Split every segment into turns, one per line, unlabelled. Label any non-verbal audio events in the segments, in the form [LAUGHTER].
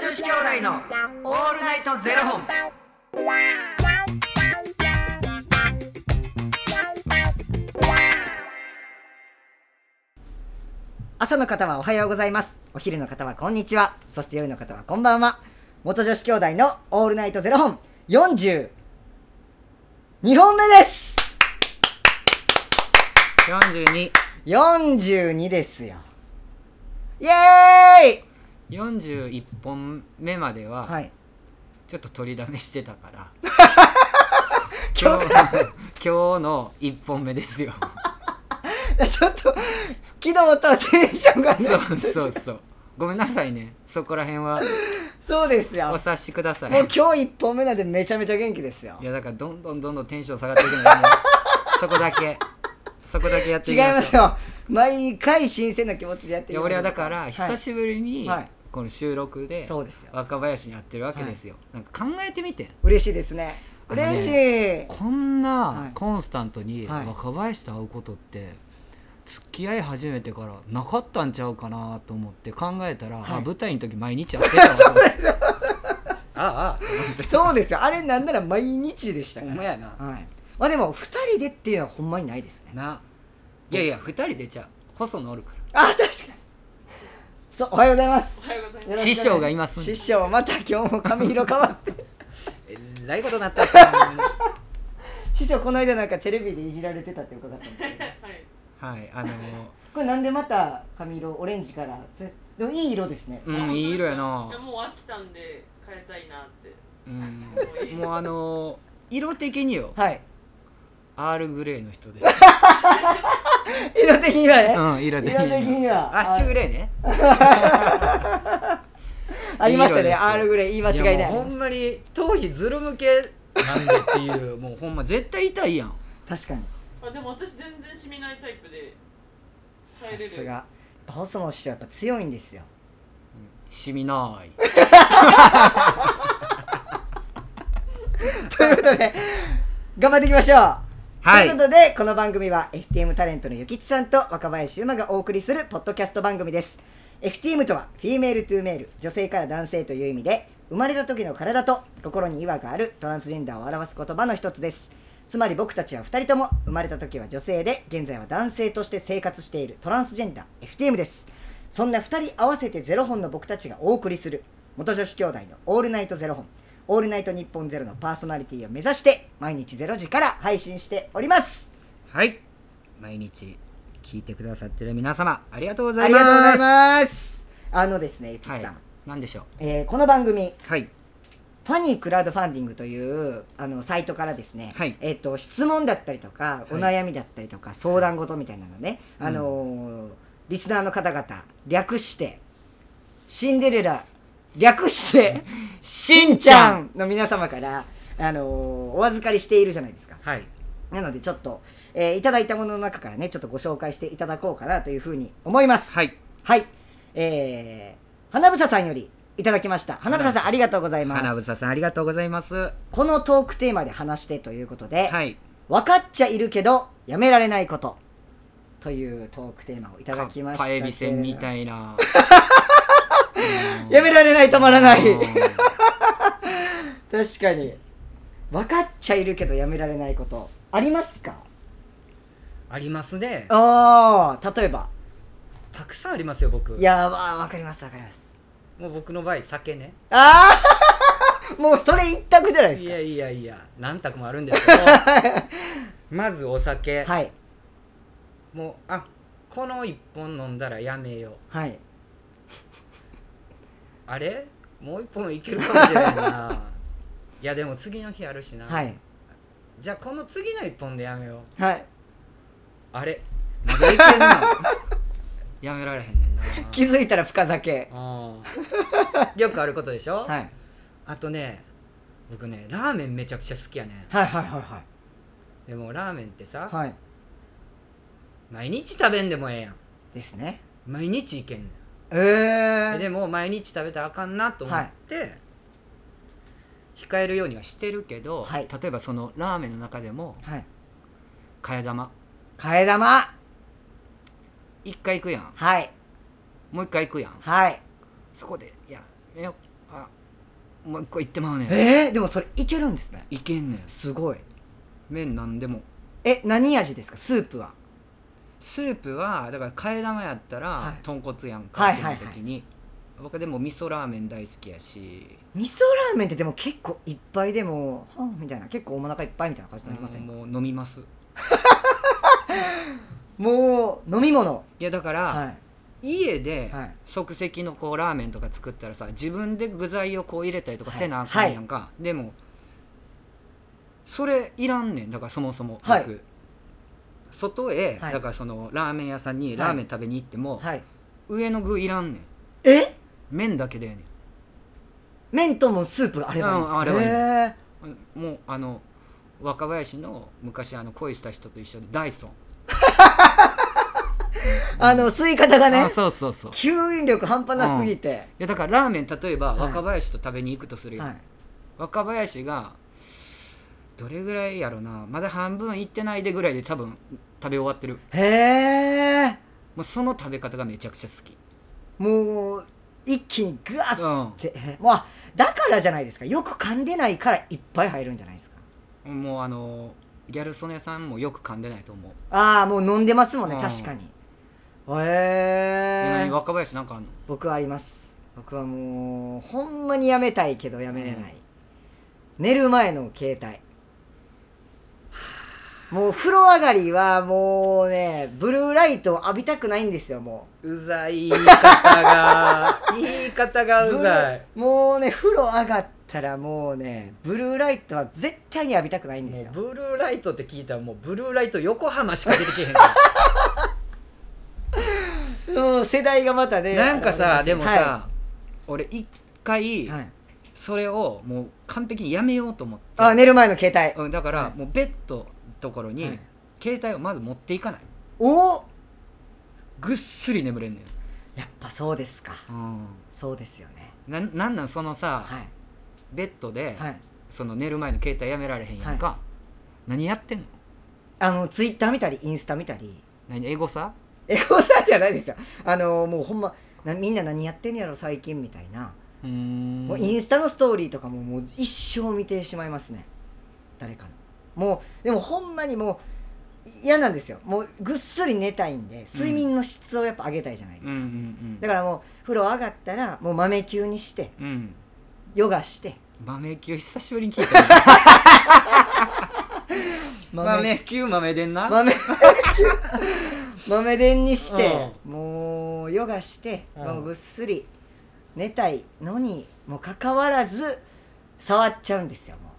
子兄弟のオールナイトゼロ本。朝の方はおはようございます。お昼の方はこんにちは。そして夜の方はこんばんは。元女子兄弟のオールナイトゼロ本42本目です
42
42ですよ。イエーイ
41本目までは、
はい。
ちょっと取りだめしてたから
[LAUGHS] 今
今日今日の1本目です
[LAUGHS]
よ
ちょっと、昨日とはテンションがね
そうそうそうごめんなさいねそこら辺は
そうです
お
よ。
察しください
もう今日一本目なんでめちゃめちゃ元気ですよ
い。やだからどんどんどんどんテンション下がっていくのよねそこだけそこだけやって
違
い
い
き
ま
ましょう
すよ。毎回新鮮な気持ちでやって
い
い
や俺はだから久
ぶ
しぶりに、
はい
この収録で
そうですよ。
若林に会ってるわけですよ、なんか考えてみて
嬉しいですね。
あのね
嬉しい。
こん
はい
なコンスタントに
はい
若林と会うことって付き合い始めてからなかったんちゃうかなと思って考えたら、
はい
あ舞台の時毎日会ってたわ [LAUGHS] そうああ
そうですよ。あれなんなら毎日でした
ほ
か
んま
ら。
やな、
はい。まあでも、二人でっていうのはほんまにないですね。
ないやいや2人でちゃう細野おるか
あ、確かに。そう、おはようございます。
おはようござ
よろし
います。
くお願
師匠がいますね
師匠、また今日も髪色変わって。
らえらいことにな [LAUGHS] ったっすね
師匠、この間なんかテレビでいじられてたって伺ったんですけど。
はい。
はいあの
これなんでまた髪色オレンジからそれでもいい色ですね、
うんいい色やない
やもう飽きたんで変えたいなって。
うんもうあの色的によ
はい
アールグレーの人 [LAUGHS] で
色的にはね、
うん色的に
色的には
アッシュグレーね
ありました
いい
ね
色ですよ
アールグレイ言い間違いない
やもうほんまに頭皮ズル向けなんでっていうもうほんま絶対痛いやん
確かに
あでも私全然染みないタイプで
さ
耐えれる。
すがやっぱ細野師匠やっぱ強いんですよ
染みない
ということで頑張っていきましょう
はい
ということでこの番組は FTM タレントのゆきつさんと若林ゆまがお送りするポッドキャスト番組です FTM とはフィメールトゥーメール女性から男性という意味で生まれた時の体と心に違和があるトランスジェンダーを表す言葉の一つですつまり僕たちは2人とも生まれた時は女性で現在は男性として生活しているトランスジェンダー FTM ですそんな2人合わせてゼロ本の僕たちがお送りする元女子兄弟の「オールナイトゼロ本」「オールナイトニッポンゼロのパーソナリティを目指して毎日0時から配信しております
はい毎日聞いてくださってる皆様ありがとうござ
あ
い
り
ま
がと
す
うございますあのですねゆきさん、
はい何でしょう
えーこの番組
はい
ファニークラウドファンディングというあのサイトからですね、
はい
えっと質問だったりとか、
い
お悩みだったりとか相談事みたいなのね、
うん
あのーリスナーの方々略してシンデレラ略してしんちゃんの皆様から、あのーお預かりしているじゃないですか。
はい
なのでちょっと、えーいただいたものの中からねちょっとご紹介していただこうかなというふうに思います。
はい
はい、えー、花房さんよりいただきました。花房さんありがとうございます。
花房さんありがとうございますは
このトークテーマで話してということで、
い
分かっちゃいるけどやめられないことというトークテーマをいただきました
パ
けれ
エ
ど
ビせんみたいな
[LAUGHS] やめられない止まらない
うん
確かに分かっちゃいるけどやめられないことありますか
ありますね
ああ例えば
たくさんありますよ僕
いやわ分かります分かります
もう僕の場合酒ね
ああ [LAUGHS] もうそれ一択じゃない
い
で
や
す
いやいや何択もあるんで
[LAUGHS]
すけどまずお酒
かはい
もうあこの1本飲んだらやめよう
はい
あれもう1本いけるかもしれな
[LAUGHS]
いないやでも次の日あるしな、
はい
じゃあこの次の1本でやめよう
はい
あれまだいけんな [LAUGHS] やめられへんねんな
気づいたら深酒
あーよくあることでしょ、
はい
あとね僕ねラーメンめちゃくちゃ好きやね
はいはいはいは
でもラーメンってさ、
いはい
毎日食べんでもええやん
ですね
毎日いけんねん
え
で
え
でも毎日食べたらあかんなと思って、控えるようにはしてるけど、
はい
例えばそのラーメンの中でも
はい
替え玉
替え玉
一回行くやん
はい
もう一回行くやん
はい
そこでいややめようあもう一個言ってまうねん
えー、でもそれいけるんですね
いけんねん
すごい
麺なんでも
え何味ですかスープは
スープはだから替え玉やったら、
はい
豚骨やん
は
か
い
って
はいいうはい
時に、僕でも味噌ラーメン大好きやし
味噌ラーメンってでも結構いっぱいでもはんみたいな結構お腹いっぱいみたいな感じになりませんか、
もう飲みます
もう飲み物
いやだから、
は
家で
いはい
即席のこうラーメンとか作ったらさ自分で具材をこう入れたりとか
はい
せなあかんやんか、でもそれいらんねんだからそもそも僕、
はい
外へ、
はい
だからそのラーメン屋さんに
はい
ラーメン食べに行っても、
はい
上の具いらんねん
え
麺だけでええねん
麺ともスープがあればいいんです
うんあればいい
へー
もうあの若林の昔あの恋した人と一緒でダイソン
あの吸い方がね
あそうそうそうい
吸引力半端なすぎて、
やだからラーメン例えば
はい
若林と食べに行くとするよ、
はい、
若林がどれぐらいやろなまだ半分いってないでぐらいで多分食べ終わってる
へえ
もうその食べ方がめちゃくちゃ好き
もう一気にグワッって、もうあだからじゃないですかよく噛んでないからいっぱい入るんじゃないですか
もうあのギャル曽根さんもよく噛んでないと思う、
ああもう飲んでますもんね
うん
確かにへ
え
え
若林なんかあんの
僕はあります僕はもうほんまにやめたいけどやめれない、寝る前の携帯もう風呂上がりはもうねブルーライトを浴びたくないんですよも
うざい言い方が [LAUGHS] 言い方
う
が
ブルーもうね風呂上がったらもうねブルーライトは絶対に浴びたくないんですよ
ブルーライトって聞いたらもうブルーライト横浜しか出てけへん [LAUGHS]
うん世代がまたね
なんか
あ
さ
れ
でもさ、
は
俺一
い
回
はい
それをもう完璧にやめようと思って
あ寝る前の携帯、
うんだか
は
ら
い
もうベッドのところ
は
に
い
携帯をまず持っていかない
おお
ぐっすり眠れんねん、
やっぱそうですか
うん、
そうですよね
なんなんなんそのさ、
はい
ベッドで、
はい
その寝る前の携帯やめられへんやんか、何やってんの
あのツイッター見たりインスタ見たり [LAUGHS]
何エゴさ
エゴサじゃないですよあのもうほんまなみんな何やってんやろ最近みたいな、
うーん
もうインスタのストーリーとかももう一生見てしまいますね誰かのもうでもほんまにもう嫌なんですよもうぐっすり寝たいんで睡眠の質をやっぱ上げたいじゃないです
うんう
か、
んうん
だからもう風呂上がったらもう豆球にして
うん
ヨガして
豆球久しぶりに聞いたな豆球豆でんな、
豆 [LAUGHS] 豆電にして、もうヨガして、
うん
もうぐっすり寝たいのにもかかわらず触っちゃうんですよも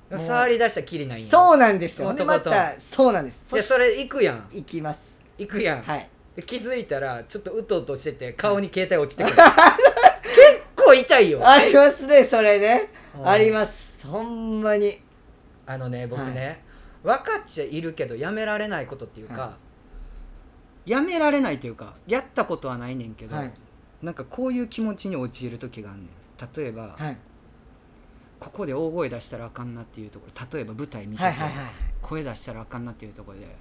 う
り出したらきりない
そうなんですよで
男
ま
と
たそうなんですそして
れ行くやん
行きます
行くやん
はい
で気づいたらちょっとうとうとしてて顔に携帯落ちて
[LAUGHS]
くる結構痛いよ
ありますねそれね、
うん
ありますほんまに
あのね僕ね、分かっちゃいるけどやめられないことっていうか、
は
やめられないというかやったことはないねんけど、
はい
なんかこういう気持ちに陥る時があんねん例えば、
はい
ここで大声出したらあかんなっていうところ例えば舞台見てて、
はいはいはい
声出したらあかんなっていうところでめっ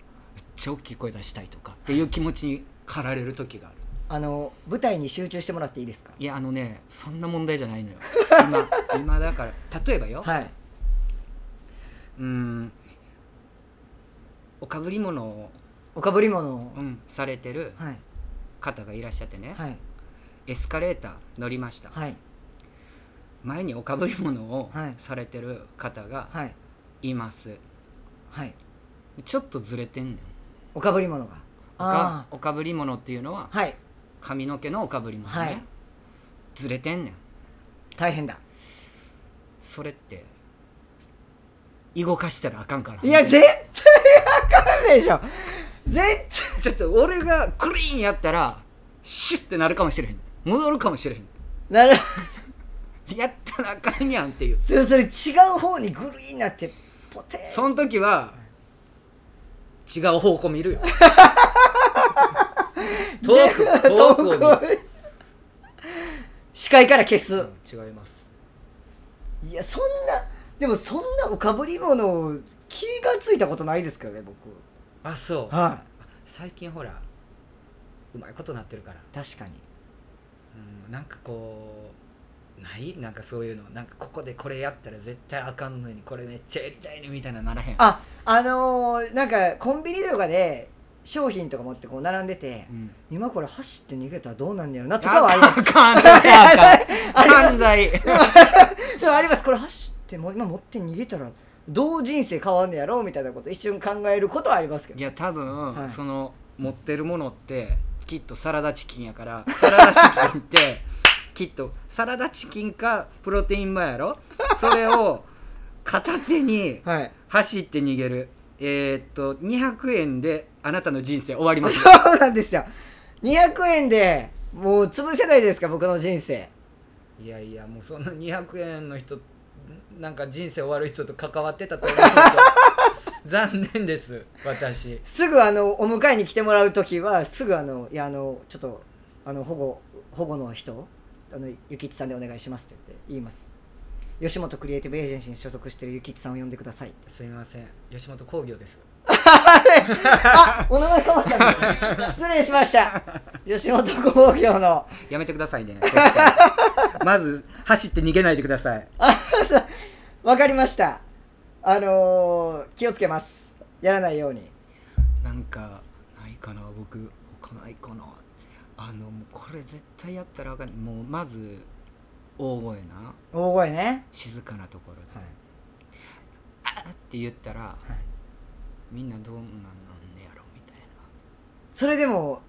ちゃ大きい声出したいとかっていう気持ちに駆られる時がある
あの舞台に集中してもらっていいですか
いやあのねそんな問題じゃないのよ [LAUGHS] 今今だから例えばよ、
はい、
うーんおかぶり物を、
おかぶり物を、
うん、されてる
はい
方がいらっしゃってね、
はい
エスカレーター乗りました、
はい
前におかぶり物を
はい
されてる方が
はい
います、
はい
ちょっとずれてんねん
おかぶり物が
おか
あ
おかぶり物っていうのは
あはい
髪の毛のおかぶり物ね、
はい
ずれてんねん
大変だ
それって居動かしたらあかんから
いや絶対あかんでしょ絶対
ちょっと俺がクリーンやったらシュッてなるかもしれへん戻るかもしれへん
なる
やったらあかんやんっていう
それそれ違う方にグリーンなってポテーン
その時は違う方向
[LAUGHS]
見るよ遠く遠くを見る
遠く [LAUGHS] 視界から消す
うん違います
いやそんなでもそんなおかぶり物を気がついたことないですけどね僕
あそう
は
最近ほらうまいことなってるから
い確かに
うんなんかこうないなんかそういうのなんかここでこれやったら絶対あかんのにこれめっちゃやりたいねみたいなならへん
ああのーなんかコンビニとかで商品とか持ってこう並んでて、
うん
今これ走って逃げたらどうなんやろなとかはありま
あ
す
かん関西あかん
あり
関西
でもありますこれ走っても今持って逃げたらどう人生変わんねやろうみたいなこと一瞬考えることはありますけど
いや多分、
はい
その持ってるものってきっとサラダチキンやからサラダチキンって [LAUGHS] きっとサラダチキンかプロテインバーやろそれを片手に
はい
走って逃げるえー、っと200円であなたの人生終わりま
[LAUGHS]
す
そうなんですよ200円でもう潰せないですか僕の人生
いやいやもうその200円の人なんか人生終わる人と関わってたと思う [LAUGHS] と残念です私
すぐあのお迎えに来てもらう時はすぐあのいやあのちょっとあの保護保護の人あのゆきちさんでお願いしますって言って言います吉本クリエイティブエージェンシーに所属してるゆきちさんを呼んでください
すみません吉本興業です
あお名前変わったん [LAUGHS] です失礼しました吉本興業の
やめてくださいね。 [LAUGHS] そしてまず走って逃げないでください。
あそうわかりましたあのー気をつけますやらないように
なんかないかな僕他ないかな。あのもうこれ絶対やったらあかん。もうまず大声な
大声ね
静かなところで、
はい
あーって言ったら、みんなどうなんなんねやろみたいな。
それでも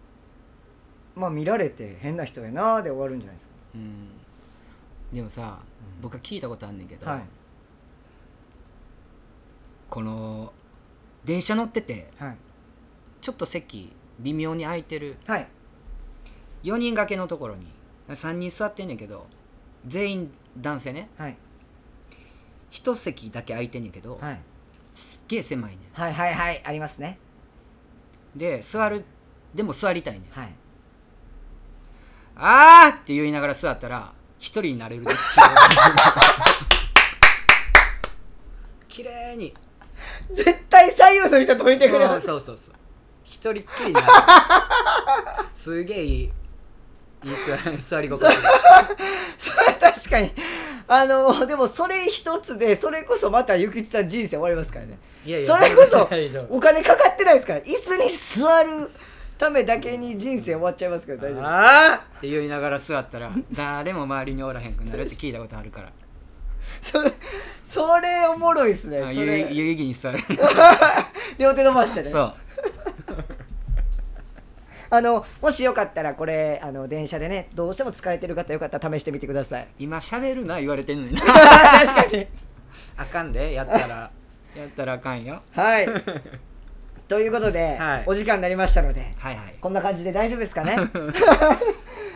まあ見られて変な人やなーで終わるんじゃないです
うん。でもさ、
うん
僕は聞いたことあんねんけど、
かはい
この電車乗ってて
はい
ちょっと席微妙に空いてる。
はい
4人掛けのところに3人座ってんねんけど全員男性ね
はい
一席だけ空いてんねんけど、
はい
すっげえ狭いね
はいはいはいありますね
んで座るでも座りたいねん
はい
あーって言いながら座ったら一人になれるで [LAUGHS] 綺麗に
絶対左右の人止めてくれ
そ
ま
う
す
そうそうそう一人っきりになるすげえいいいい座り座り心地
[LAUGHS] 確かにあのでもそれ一つでそれこそまたゆきちさん人生終わりますからね
いや
それこそ
大丈夫
お金かかってないですから椅子に座るためだけに人生終わっちゃいますけど大丈夫です
あーって言いながら座ったら誰も周りにおらへんくなるって聞いたことあるから
それそれおもろいっすね
あ
そ
有
れ
有意義に座る
[LAUGHS] 両手伸ばしてね
そう
あのもしよかったらこれあの電車でねどうしても疲れてる方よかったら試してみてくだ
[LAUGHS]
さい
今喋るな言われてんのにな [LAUGHS]
確かに
あかんでやったらやったらあかんよ [LAUGHS]
はいということで、
はい
お時間になりましたので
はいはい
こんな感じで大丈夫ですか
[LAUGHS]
ね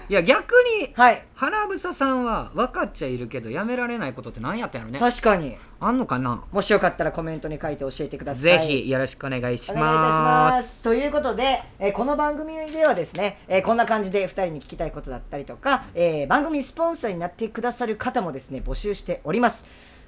いや逆に
はい
花房さんは分かっちゃいるけどやめられないことって何やったんやろね
確かに
あんのかな
もしよかったらコメントに書いて教えてください
ぜひよろしくお願いし
お願いいたしま
ます
すということで、えーこの番組ではですね、えーこんな感じで2人に聞きたいことだったりとか、えー番組スポンサーになってくださる方もですね募集しております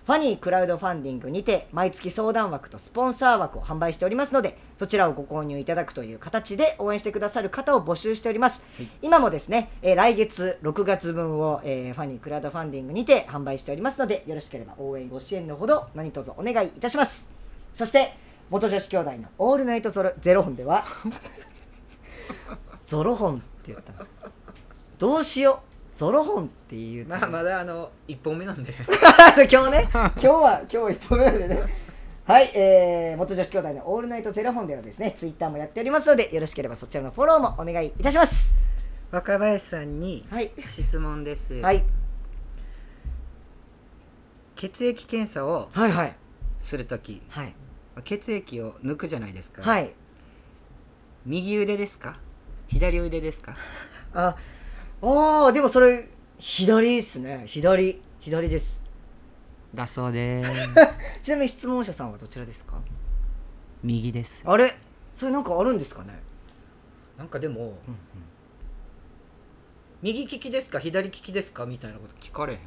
ファニークラウドファンディングにて毎月相談枠とスポンサー枠を販売しておりますのでそちらをご購入いただくという形で応援してくださる方を募集しております、今もですね、えー来月6月分を、えーファニークラウドファンディングにて販売しておりますのでよろしければ応援ご支援のほど何卒お願いいたしますそして元女子兄弟の「オールナイトゾロゼロ本」で [LAUGHS] はゾロ本って言ったんですけどどうしようゾロ本って言うと
だあの1本目なんで
[LAUGHS] 今日ね今日は今日一本目なんでねはい、えー、元女子兄弟の「オールナイトゼロ本」ではですねツイッターもやっておりますのでよろしければそちらのフォローもお願いいたします
[LAUGHS] 若林さんに
はい
質問です、
はい
血液検査を
はいはい
するとき
はい
血液を抜くじゃないですか
はい
右腕ですか左腕ですか
ああーでもそれ左ですね左左です
だそうです
[LAUGHS] ちなみに質問者さんはどちらですか
右です
あれそれなんかあるんですかね、
なんかでも右利きですか左利きですかみたいなこと聞かれへん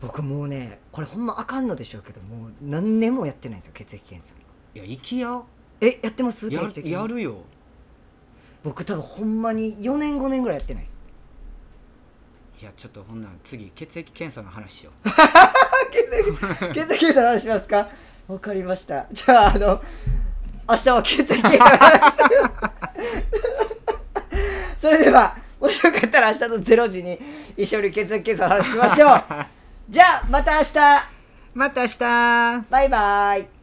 僕もうねこれほんまあかんのでしょうけどもう何年もやってないんですよ血液検査
いや行きや
えやってます
や
定期的に
やるよ
僕多分ほんまに4年5年ぐらいやってないです
いやちょっとほんなら次血液検査の話しよ
血液検査の話しますかわかりましたじゃああの明日は血液検査の話してみますそれではもしよかったら明日の0時に一緒に血液検査の話しましょうじゃあまた明日
[LAUGHS] うまた明日
バイバイ